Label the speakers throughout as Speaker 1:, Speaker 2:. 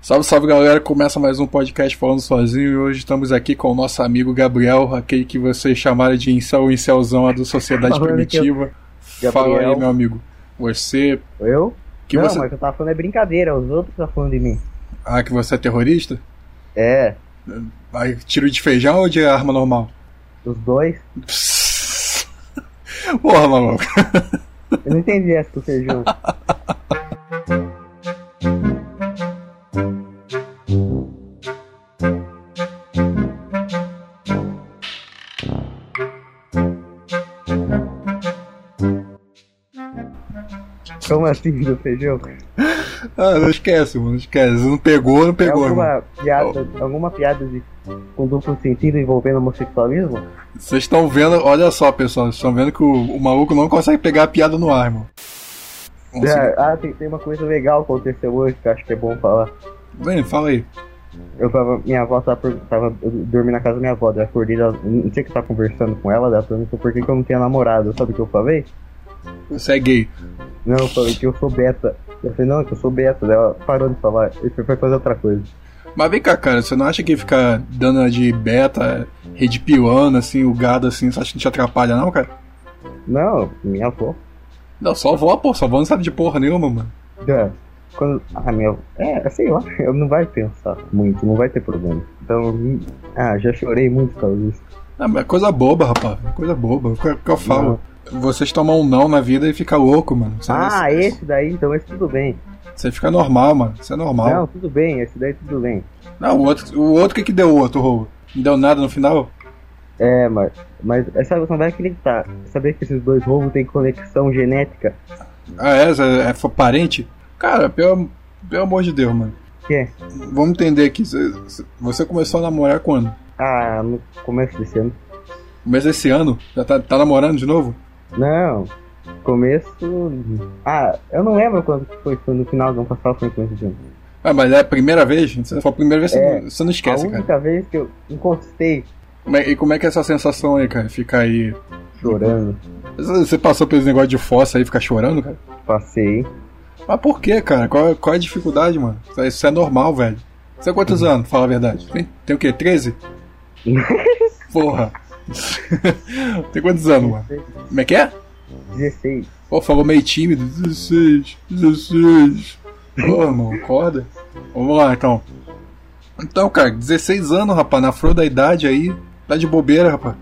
Speaker 1: Salve, salve galera! Começa mais um podcast falando sozinho e hoje estamos aqui com o nosso amigo Gabriel, aquele que vocês chamaram de incel, incelzão lá do Sociedade
Speaker 2: Falando que eu-
Speaker 1: Primitiva.
Speaker 3: Gabriel.
Speaker 1: Fala aí, meu amigo. Você.
Speaker 2: Eu?
Speaker 1: Que
Speaker 2: não,
Speaker 1: você...
Speaker 2: mas o que eu tava falando é brincadeira, os outros estão falando de mim.
Speaker 1: Ah, que você é terrorista?
Speaker 2: É,
Speaker 1: Aí, tiro de feijão ou de arma normal?
Speaker 2: os dois.
Speaker 1: Psss. Porra, maluco.
Speaker 2: Eu não entendi essa do feijão. Como assim do feijão?
Speaker 1: Ah, não esquece, mano. Esquece. Não pegou, não
Speaker 2: É
Speaker 1: pegou, mano.
Speaker 2: alguma piada, alguma piada de, com duplo sentido envolvendo homossexualismo?
Speaker 1: Vocês estão vendo, olha só, pessoal. Vocês estão vendo que o, o maluco não consegue pegar a piada no ar, irmão. Vamos seguir.
Speaker 2: É, ah, tem, tem uma coisa legal que aconteceu hoje que eu acho que é bom falar.
Speaker 1: Vem, fala aí.
Speaker 2: Eu tava, minha avó tava, per- tava eu dormi na casa da minha avó, daí eu acordei, ela, não sei o que tá conversando com ela, ela perguntou por que, que eu não tinha namorado, sabe o que eu falei?
Speaker 1: Você é gay.
Speaker 2: Não, eu falei que eu sou beta. Eu falei, não, que eu sou beta, daí ela parou de falar e foi foi fazer outra coisa.
Speaker 1: Mas vem cá, cara, você não acha que ficar dando a de beta, rede piuana, assim, o gado, assim, você acha que não te atrapalha, não, cara?
Speaker 2: Não, minha avó.
Speaker 1: Não, só vó, pô, só vó não sabe de porra nenhuma, mano.
Speaker 2: É, quando, ah, minha É, sei lá, eu não vai pensar muito, não vai ter problema. Então, hum, ah, já chorei muito por causa disso.
Speaker 1: Ah, mas é coisa boba, rapaz, é coisa boba, é o que- é o que eu falo. Vocês tomam um não na vida e fica louco, mano. Você,
Speaker 2: Ah,
Speaker 1: você-
Speaker 2: esse daí, então esse tudo bem.
Speaker 1: Você fica normal, mano, isso é normal.
Speaker 2: Não, tudo bem, esse daí tudo bem.
Speaker 1: Não, o outro, o outro que que deu o outro, Rô? Não deu nada no final?
Speaker 2: É, mas, mas sabe, você não vai acreditar. Saber que esses dois rolos têm conexão genética.
Speaker 1: Ah, é? Você é, foi parente? Cara, pelo, pelo amor de Deus, mano.
Speaker 2: Que é?
Speaker 1: Vamos entender aqui, você- você começou a namorar quando?
Speaker 2: Ah, no começo desse ano.
Speaker 1: Mas esse ano? Já tá, tá namorando de novo?
Speaker 2: Não, começo. Ah, eu não lembro quando que foi, foi no final do ano passado, foi no começo de ano.
Speaker 1: Ah, mas é a primeira vez? Se for a primeira vez, você,
Speaker 2: É.
Speaker 1: não, você não
Speaker 2: A
Speaker 1: esquece,
Speaker 2: única
Speaker 1: cara.
Speaker 2: vez que eu encostei
Speaker 1: Como é- e como é que é essa sensação aí, cara? Ficar aí.
Speaker 2: chorando,
Speaker 1: Você você passou pelos negócios de fossa aí, ficar chorando, cara?
Speaker 2: passei.
Speaker 1: Mas por que, cara? Qual, é- qual é a dificuldade, mano? Isso, isso é normal, velho. Você tem quantos anos, fala a verdade? Tem, tem o quê? 13? Porra. tem quantos anos, mano? Como é que é?
Speaker 2: 16.
Speaker 1: Pô, falou meio tímido. 16, 16. Pô, irmão, acorda. Vamos lá, então. Então, cara, 16 anos, rapaz, na flor da idade aí. Tá de bobeira, rapaz.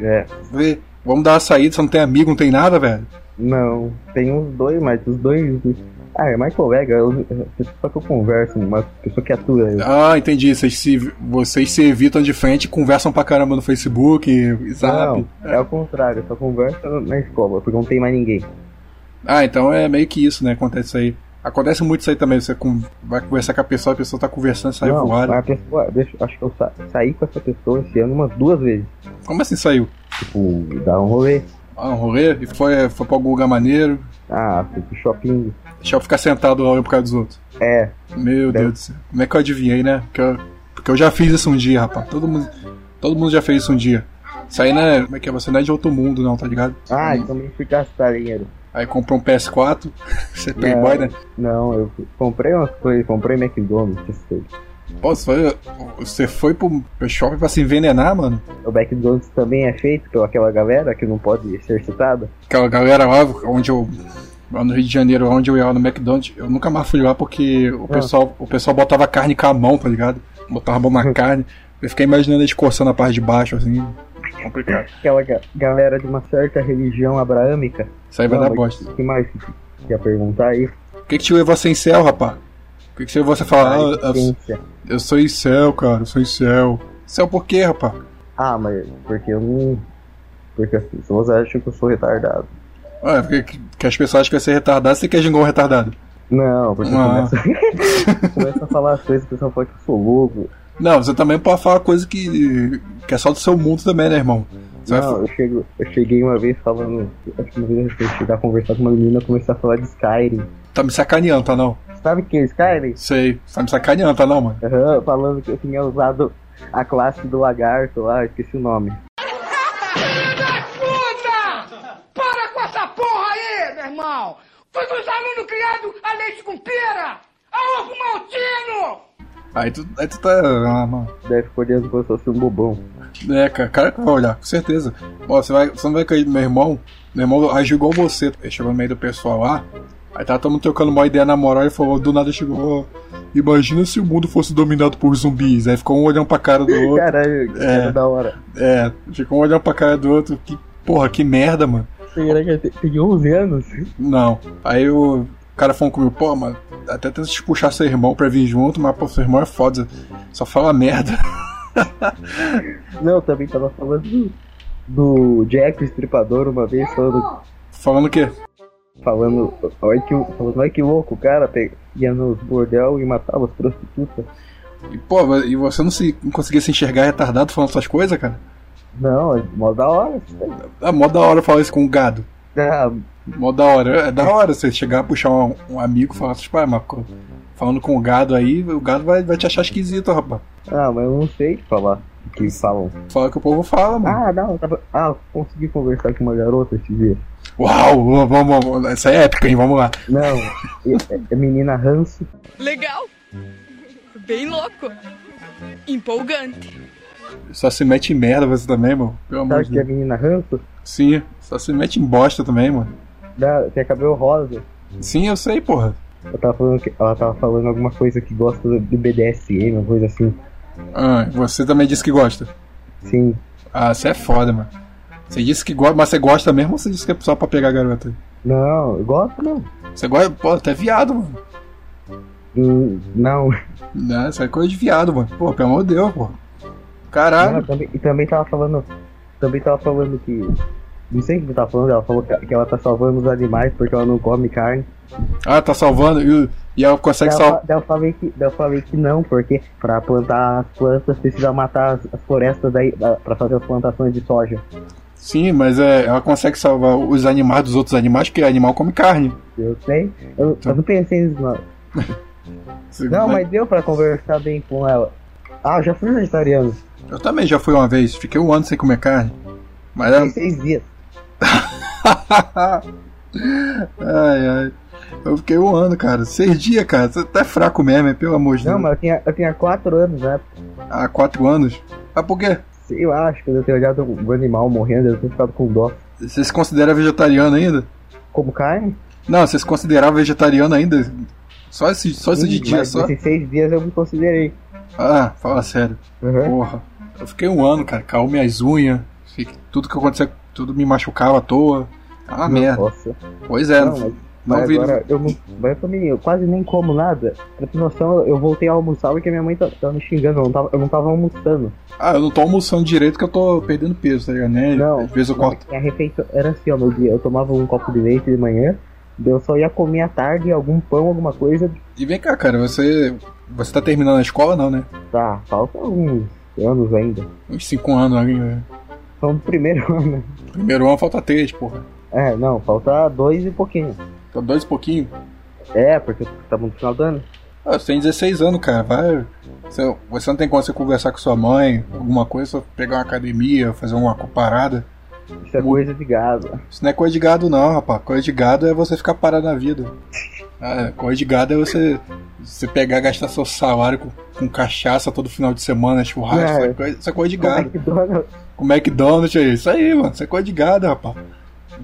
Speaker 2: É.
Speaker 1: Vê, vamos dar uma saída, você não tem amigo, não tem nada, velho.
Speaker 2: Não, tem uns dois, mas os dois. Ah, é mais colega, eu, só que eu converso, uma pessoa que atua. Eu.
Speaker 1: Ah, entendi. Vocês se, vocês se evitam de frente e conversam pra caramba no Facebook, Zap.
Speaker 2: Não, é ao contrário, eu só converso na escola, porque não tem mais ninguém.
Speaker 1: Ah, então é meio que isso, né? Acontece isso aí. Acontece muito isso aí também. Você com- vai conversar com a pessoa, a pessoa tá conversando, sai
Speaker 2: não,
Speaker 1: voado.
Speaker 2: mas a pessoa, deixa- acho que eu sa- saí com essa pessoa esse ano umas duas vezes.
Speaker 1: Como assim saiu?
Speaker 2: Tipo, dar um rolê.
Speaker 1: Ah, um rolê? E foi, foi pra algum lugar maneiro?
Speaker 2: Ah, fui pro shopping.
Speaker 1: Deixa eu ficar sentado lá olhando por causa dos outros.
Speaker 2: É,
Speaker 1: Meu
Speaker 2: Deve-
Speaker 1: Deus do céu. Como é que eu adivinhei, né? Porque eu, porque eu já fiz isso um dia, rapaz. Todo mundo, todo mundo já fez isso um dia. Isso aí não é. Como é que é? Você não é de outro mundo, não, tá ligado?
Speaker 2: ah, eu também fui gastar dinheiro.
Speaker 1: Aí comprou um PS4. Você é playboy, né?
Speaker 2: Não, eu fui- comprei umas coisas, comprei McDonald's, essas coisas.
Speaker 1: Pô, você foi, você foi pro pro shopping pra se envenenar, mano?
Speaker 2: O McDonald's também é feito pelaquela galera que não pode ser citada.
Speaker 1: Aquela galera lá, onde eu. Lá no Rio de Janeiro, onde eu ia lá no McDonald's, eu nunca mais fui lá porque o pessoal, o pessoal botava carne com a mão, tá ligado? Botava a mão na carne. Eu fiquei imaginando eles coçando a parte de baixo, assim. Complicado.
Speaker 2: Aquela ga- galera de uma certa religião abraâmica.
Speaker 1: Isso aí vai
Speaker 2: Não,
Speaker 1: dar
Speaker 2: mas
Speaker 1: bosta.
Speaker 2: O que mais que ia perguntar aí?
Speaker 1: O que, que te levou a ser incel, rapaz? O que, que te levou a você falar, ah,
Speaker 2: Ah,
Speaker 1: eu,
Speaker 2: ciência.
Speaker 1: eu sou incel, cara, eu sou incel. Incel por quê, rapaz?
Speaker 2: Ah, mas porque eu não. Porque as pessoas acham que eu sou retardado.
Speaker 1: Ué, porque que- que as pessoas acham que você é retardado, você quer jingar um retardado.
Speaker 2: Não, porque
Speaker 1: Ah.
Speaker 2: começa, começa a falar as coisas que o pessoal fala que eu sou louco.
Speaker 1: Não, você também pode falar coisa que, que é só do seu mundo também, né, irmão? Você vai
Speaker 2: Não, eu, chego, eu cheguei uma vez falando. Acho que uma vez eu fui chegar a conversar com uma menina e começar a falar de Skyrim.
Speaker 1: Tá me sacaneando, tá não?
Speaker 2: Sabe o que é Skyrim?
Speaker 1: Sei. Tá me sacaneando, tá não, mano?
Speaker 2: Aham, falando que eu tinha usado a classe do lagarto lá, esqueci o nome.
Speaker 4: Puta! Para com essa porra aí, meu irmão! Foi dos alunos criados a leite com pera! A ovo maltino!
Speaker 1: Aí tu, aí tu tá. Ah, mano.
Speaker 2: Deve ficar olhando como se fosse um bobão.
Speaker 1: É, cara, cara que vai olhar, com certeza. Ó, você, vai, você não vai cair do meu irmão. Meu irmão agiu igual você. Ele chegou no meio do pessoal lá. Aí tava todo mundo trocando uma ideia na moral e falou, do nada chegou, ó, imagina se o mundo fosse dominado por zumbis. Aí ficou um olhando pra cara do outro.
Speaker 2: Caralho, que
Speaker 1: É.
Speaker 2: cara da hora.
Speaker 1: É, ficou um olhando pra cara do outro. Que porra, que merda, mano.
Speaker 2: Será que ele tem 11 anos?
Speaker 1: Não. Aí o cara falou comigo, pô, mano, até tenta te puxar seu irmão pra vir junto, mas pô, seu irmão é foda. Só fala merda.
Speaker 2: Não, eu também tava falando do, do Jack o Estripador uma vez, falando,
Speaker 1: Falando o quê?
Speaker 2: falando, olha que, falando, olha que louco, o cara pe- ia nos bordel e matava as prostitutas.
Speaker 1: E, pô, mas- e você não, se, não conseguia se enxergar retardado falando essas coisas, cara?
Speaker 2: Não, é mó da hora isso aí.
Speaker 1: É mó da hora falar isso com um gado.
Speaker 2: Ah,
Speaker 1: Mó da hora. É da hora você chegar, puxar um, um amigo e falar assim, pai, mas co- falando com o gado aí, o gado vai, vai te achar esquisito, rapaz.
Speaker 2: ah, mas eu não sei o que falar. o Que falam.
Speaker 1: Fala o que o povo fala, mano.
Speaker 2: Ah, não, eu tava, ah, eu consegui conversar com uma garota esse dia.
Speaker 1: Uau, vamos, vamos, vamos. Essa é épica, hein? Vamos lá.
Speaker 2: Não, é- é menina ranço.
Speaker 3: Legal. Bem louco. Empolgante.
Speaker 1: Só se mete em merda você também, mano. Pelo amor
Speaker 2: Sabe
Speaker 1: de
Speaker 2: que é
Speaker 1: Deus.
Speaker 2: menina ranço?
Speaker 1: Sim, só se mete em bosta também, mano.
Speaker 2: Dá- Tem cabelo rosa.
Speaker 1: Sim, eu sei, porra.
Speaker 2: Ela tava falando, que, ela tava falando alguma coisa que gosta de BDSM, uma coisa assim.
Speaker 1: Ah, você também disse que gosta.
Speaker 2: Sim.
Speaker 1: Ah, você é foda, mano. Você disse que gosta, mas você gosta mesmo ou você disse que é só pra pegar a garota?
Speaker 2: Não, eu gosto não.
Speaker 1: Você gosta, pô, até viado, mano.
Speaker 2: Hum, Não.
Speaker 1: Não, isso é coisa de viado, mano. Pô, pelo amor de Deus, pô.
Speaker 2: Não,
Speaker 1: Caralho.
Speaker 2: também, e também tava falando. Também tava falando que. Não sei o que tava falando, ela falou que que ela tá salvando os animais porque ela não come carne.
Speaker 1: Ah, tá salvando. E, e ela consegue
Speaker 2: Daí eu fa-
Speaker 1: salvar.
Speaker 2: daí eu falei que, daí eu falei que não, porque pra plantar as plantas precisa matar as, as florestas daí, da- pra fazer as plantações de soja.
Speaker 1: Sim, mas é, ela consegue salvar os animais dos outros animais, porque animal come carne.
Speaker 2: Eu sei. Eu, eu não pensei nisso, não.
Speaker 1: Você-
Speaker 2: Não, mas deu pra conversar bem com ela. Ah, eu já fui vegetariano.
Speaker 1: Eu também já fui uma vez, fiquei um ano sem comer carne. Mas é-
Speaker 2: Tem
Speaker 1: era.
Speaker 2: seis dias.
Speaker 1: ai, ai. Eu fiquei um ano, cara. Seis dias, cara. Você tá fraco mesmo, hein? pelo amor de
Speaker 2: Não,
Speaker 1: Deus.
Speaker 2: mas eu tinha, eu tinha quatro anos, né?
Speaker 1: Há quatro anos. Ah, por quê?
Speaker 2: Sei lá, acho que eu tenho olhado um animal morrendo, eu tenho ficado com dó.
Speaker 1: Você se considera vegetariano ainda?
Speaker 2: Como carne?
Speaker 1: Não, você se considerava vegetariano ainda? Só esse, só esse de
Speaker 2: Hum,
Speaker 1: dia,
Speaker 2: mas
Speaker 1: só?
Speaker 2: Nesses seis dias eu me considerei.
Speaker 1: Ah, fala sério.
Speaker 2: Uhum.
Speaker 1: Porra. Eu fiquei um ano, cara. Caiu minhas unhas. fiquei- Tudo que acontecia, tudo me machucava à toa. Ah, uma merda.
Speaker 2: Nossa.
Speaker 1: Pois é.
Speaker 2: Não, mas,
Speaker 1: não
Speaker 2: mas
Speaker 1: vi-
Speaker 2: agora eu não. Mas eu também, eu quase nem como nada. Pra ter noção, eu voltei a almoçar porque minha mãe tá- tava me xingando, eu não tava, eu não tava almoçando.
Speaker 1: Ah, eu não tô almoçando direito que eu tô perdendo peso, tá ligado? Né?
Speaker 2: Não.
Speaker 1: Às vezes eu corto.
Speaker 2: A refeição era assim, ó, meu dia. Eu tomava um copo de leite de manhã, daí eu só ia comer à tarde algum pão, alguma coisa.
Speaker 1: E vem cá, cara, você. Você tá terminando a escola, não, né?
Speaker 2: Tá, falta alguns anos ainda.
Speaker 1: Uns 5 anos ali, né?
Speaker 2: São do primeiro ano.
Speaker 1: Primeiro ano falta 3, porra.
Speaker 2: É, não, falta dois e pouquinho.
Speaker 1: Tá dois e pouquinho.
Speaker 2: É, porque estamos no final do ano.
Speaker 1: Ah, você tem 16 anos, cara. Vai. Você, você não tem como você conversar com sua mãe, alguma coisa, só pegar uma academia, fazer uma co- parada.
Speaker 2: Isso é coisa de gado.
Speaker 1: Isso não é coisa de gado, não, rapaz. Coisa de gado é você ficar parado na vida. Ah, coisa de gado é você, você pegar, gastar seu salário com, com cachaça todo final de semana, churrasco.
Speaker 2: É.
Speaker 1: Isso, é coisa, isso é coisa de
Speaker 2: Como é
Speaker 1: gado.
Speaker 2: que dona-
Speaker 1: com McDonald's aí. Isso aí, mano. Isso é coisa de gado, rapaz.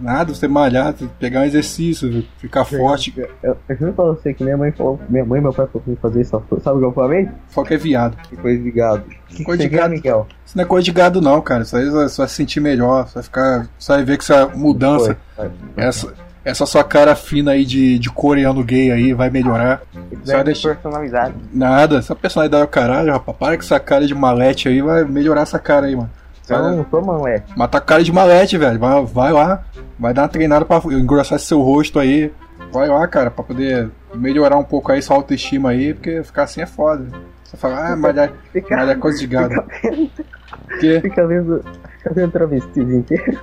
Speaker 1: Nada, você malhar, você pegar um exercício, viu? ficar forte.
Speaker 2: Eu, eu juro pra você que minha mãe falou. Minha mãe e meu pai falou pra mim fazer isso. Sabe o que eu falei?
Speaker 1: Só que é viado.
Speaker 2: Que coisa de gado. Que
Speaker 1: Coisa
Speaker 2: um- coisa
Speaker 1: de
Speaker 2: de
Speaker 1: gado.
Speaker 2: Miguel?
Speaker 1: Isso não é coisa de gado, não, cara. Isso aí você vai se sentir melhor. Você vai ficar. Você vai ver que essa mudança,
Speaker 2: Foi.
Speaker 1: essa, essa sua cara fina aí de, de coreano gay aí vai melhorar.
Speaker 2: Isso
Speaker 1: Só
Speaker 2: daí é
Speaker 1: deixa-
Speaker 2: personalidade.
Speaker 1: Nada, essa personalidade é o caralho, rapaz. Para com essa cara de malete aí, vai melhorar essa cara aí, mano. Você
Speaker 2: Eu
Speaker 1: vai-
Speaker 2: não sou mané.
Speaker 1: Mas tá com cara de malete, velho. Vai, vai lá. Vai dar uma treinada pra engrossar esse seu rosto aí. Vai lá, cara, pra poder melhorar um pouco aí sua autoestima aí, porque ficar assim é foda. Você fala, ah, malhar,
Speaker 2: Fica,
Speaker 1: malhar é coisa de gado. Porque,
Speaker 2: fica vendo. Fica vendo travesti o dia inteiro.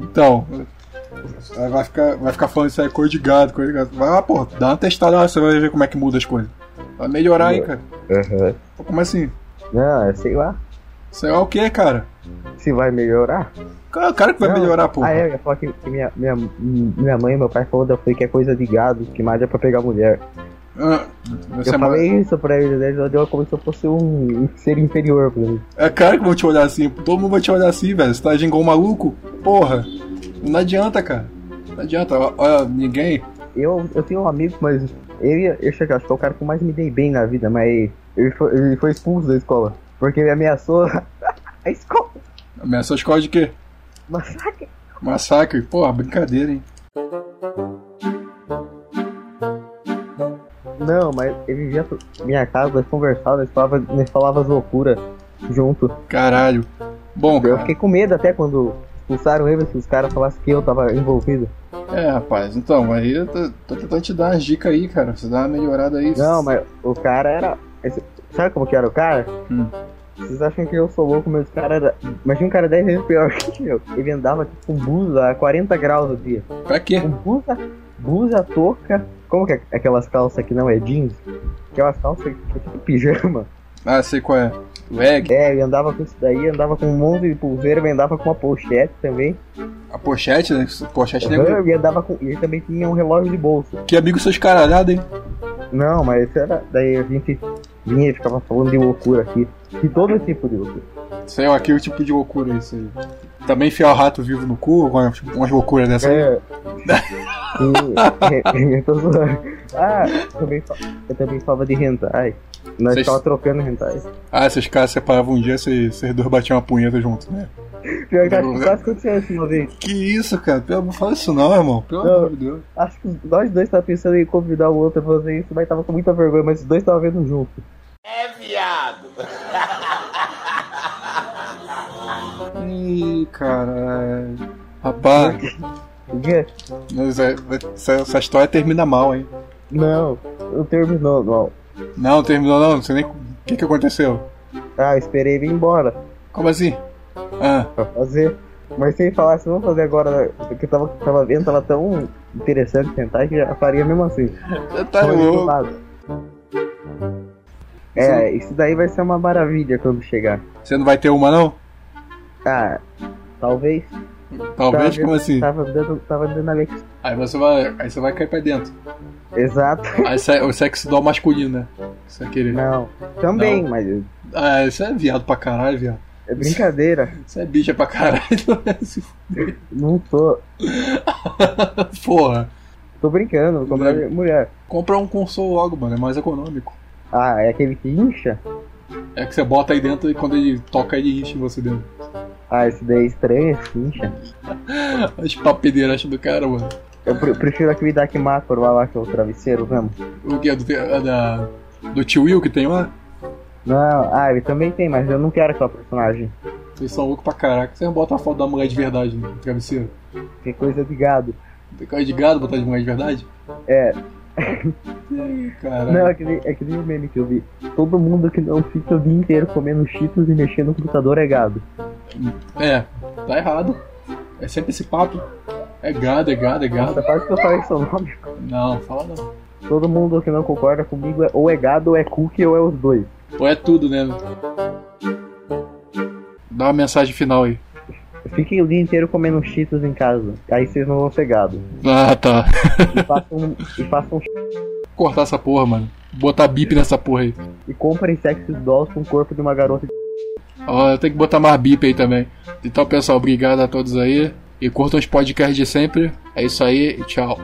Speaker 1: então. é, Vai ficar, vai ficar falando isso aí, coisa de gado, coisa de gado. Vai lá, pô, dá uma testada lá, você vai ver como é que muda as coisas. Vai melhorar aí, cara.
Speaker 2: Aham.
Speaker 1: Pô, Como assim?
Speaker 2: Não, eu sei lá.
Speaker 1: Sei lá o que, cara?
Speaker 2: Se vai melhorar.
Speaker 1: Cara, o cara que vai
Speaker 2: Não.
Speaker 1: melhorar, pô.
Speaker 2: Ah, é, eu ia falar que, que minha, minha, minha mãe e meu pai falaram que é coisa de gado, que mais é pra pegar mulher.
Speaker 1: Ah, você
Speaker 2: eu
Speaker 1: é
Speaker 2: falei isso pra ele, né? Ele olhou como se eu fosse um um ser inferior pra ele.
Speaker 1: É claro que vão te olhar assim, todo mundo vai te olhar assim, velho. Você tá gingou maluco? Porra, não adianta, cara. Não adianta, Ó, ó, ninguém.
Speaker 2: Eu, eu tenho um amigo, mas ele, eu acho que acho que é o cara que eu mais me dei bem na vida, mas ele foi, ele foi expulso da escola. Porque ele ameaçou a escola.
Speaker 1: Ameaça a escola de quê?
Speaker 2: Massacre.
Speaker 1: Massacre. Porra, brincadeira, hein?
Speaker 2: Não, mas ele vinha pra minha casa, nós conversávamos, nós falava, nós falava as loucuras junto.
Speaker 1: Caralho. Bom,
Speaker 2: Eu
Speaker 1: cara.
Speaker 2: fiquei com medo até quando expulsaram ele, se os caras falassem que eu tava envolvido.
Speaker 1: É, rapaz, então, aí eu tô, tô tentando te dar umas dicas aí, cara. Você dá uma melhorada aí.
Speaker 2: Não, mas o cara era. esse- Sabe como que era o cara?
Speaker 1: Hum.
Speaker 2: Vocês acham que eu sou louco, mas o cara era. Imagina um cara 10 vezes pior que eu. Ele andava tipo com blusa a 40 graus o dia.
Speaker 1: Pra quê?
Speaker 2: Com É blusa, blusa touca. Como que é aquelas calças que não é jeans? Aquelas calças que é tipo pijama.
Speaker 1: Ah, sei qual é. Leg,
Speaker 2: É, ele andava com isso daí, andava com um monte de pulseira, ele andava com uma pochete também.
Speaker 1: a pochete, né? Pochete
Speaker 2: Aham,
Speaker 1: né?
Speaker 2: Ele andava com. Ele também tinha um relógio de bolso.
Speaker 1: Que amigo seus caralhados, hein?
Speaker 2: Não, mas isso era. Daí a gente vinha e ficava falando de loucura aqui. De todo tipo de loucura.
Speaker 1: Sei lá, que tipo de loucura é isso aí. Também enfiar o rato vivo no cu, uma- tipo, umas loucuras dessa. aí.
Speaker 2: É. E- eu tô zoando. Ah, eu também, fa- eu também falava de hentai. Nós
Speaker 1: Vocês-
Speaker 2: tava trocando hentai.
Speaker 1: Ah, se os caras separavam um dia, vocês vocês dois batiam uma punheta junto, né?
Speaker 2: Pior que acho que quase aconteceu isso uma vez.
Speaker 1: Que isso, cara? Pelo, não fala isso não, irmão. Pelo
Speaker 2: Não.
Speaker 1: amor de Deus.
Speaker 2: Acho que nós dois tava pensando em convidar o outro pra fazer isso, mas tava com muita vergonha, mas os dois tava vendo junto.
Speaker 1: Ih, caralho. Rapaz, Uhum.
Speaker 2: O quê?
Speaker 1: mas é- essa, essa história termina mal, hein?
Speaker 2: Não, não terminou, não.
Speaker 1: Não, terminou não, não sei nem o que, que aconteceu.
Speaker 2: Ah, eu esperei ele ir embora.
Speaker 1: Como assim? Ah,
Speaker 2: pra fazer. Mas se ele falasse, vamos fazer agora, porque eu tava, tava vendo, tava tão interessante tentar que eu faria mesmo assim.
Speaker 1: você tá
Speaker 2: Não adiantou
Speaker 1: louco.
Speaker 2: nada. É, isso daí vai ser uma maravilha quando chegar.
Speaker 1: Você não vai ter uma não?
Speaker 2: Ah, talvez.
Speaker 1: Talvez,
Speaker 2: Tava-
Speaker 1: como assim?
Speaker 2: Tava andando, tava andando ali.
Speaker 1: Aí você vai, aí você vai cair pra dentro.
Speaker 2: Exato.
Speaker 1: Aí é, se- o sexo dó masculino, né? Isso é querer.
Speaker 2: Não. Também,
Speaker 1: Não.
Speaker 2: mas
Speaker 1: Ah, isso é viado pra caralho, viado.
Speaker 2: é brincadeira.
Speaker 1: Isso é bicha pra caralho.
Speaker 2: Não tô.
Speaker 1: Porra.
Speaker 2: Tô brincando, vou comprar
Speaker 1: Não.
Speaker 2: mulher.
Speaker 1: Compra um console logo, mano. É mais econômico.
Speaker 2: Ah, é aquele que incha?
Speaker 1: É que você bota aí dentro e quando ele toca, ele enche você dentro.
Speaker 2: Ah, esse daí é estranho, esse incha.
Speaker 1: As papedeiras do cara, mano.
Speaker 2: Eu pre- prefiro aquele da Kimakura lá, lá que é o travesseiro, vamos.
Speaker 1: O que é do, te- é da, do tio Will que tem lá?
Speaker 2: Não, ah, ele também tem, mas eu não quero aquela personagem.
Speaker 1: Vocês são loucos pra caraca. Vocês botam a foto da mulher de verdade no travesseiro.
Speaker 2: Que coisa de gado.
Speaker 1: Tem cara de gado botar de mulher de verdade?
Speaker 2: É,
Speaker 1: Ih, Caralho.
Speaker 2: não, é que, nem, é que nem o meme que eu vi. Todo mundo que não fica o dia inteiro comendo cheetos e mexendo no computador é gado.
Speaker 1: É, tá errado. É sempre esse papo. É gado, é gado, é
Speaker 2: Nossa,
Speaker 1: gado.
Speaker 2: quase que eu falei seu nome.
Speaker 1: Não, fala não.
Speaker 2: Todo mundo que não concorda comigo é ou é gado, ou é cookie, ou é os dois.
Speaker 1: Ou é tudo, né? Dá uma mensagem final aí.
Speaker 2: Fiquem o dia inteiro comendo cheetos em casa. Aí vocês não vão ser gado.
Speaker 1: Ah, tá.
Speaker 2: E façam, e façam
Speaker 1: Cortar essa porra, mano. Botar bip nessa porra aí.
Speaker 2: e comprem sexo dolls com o corpo de uma garota. de-
Speaker 1: Ó, eu tenho que botar mais bip aí também. Então, pessoal, obrigado a todos aí. E curtam os podcasts de sempre. É isso aí e tchau.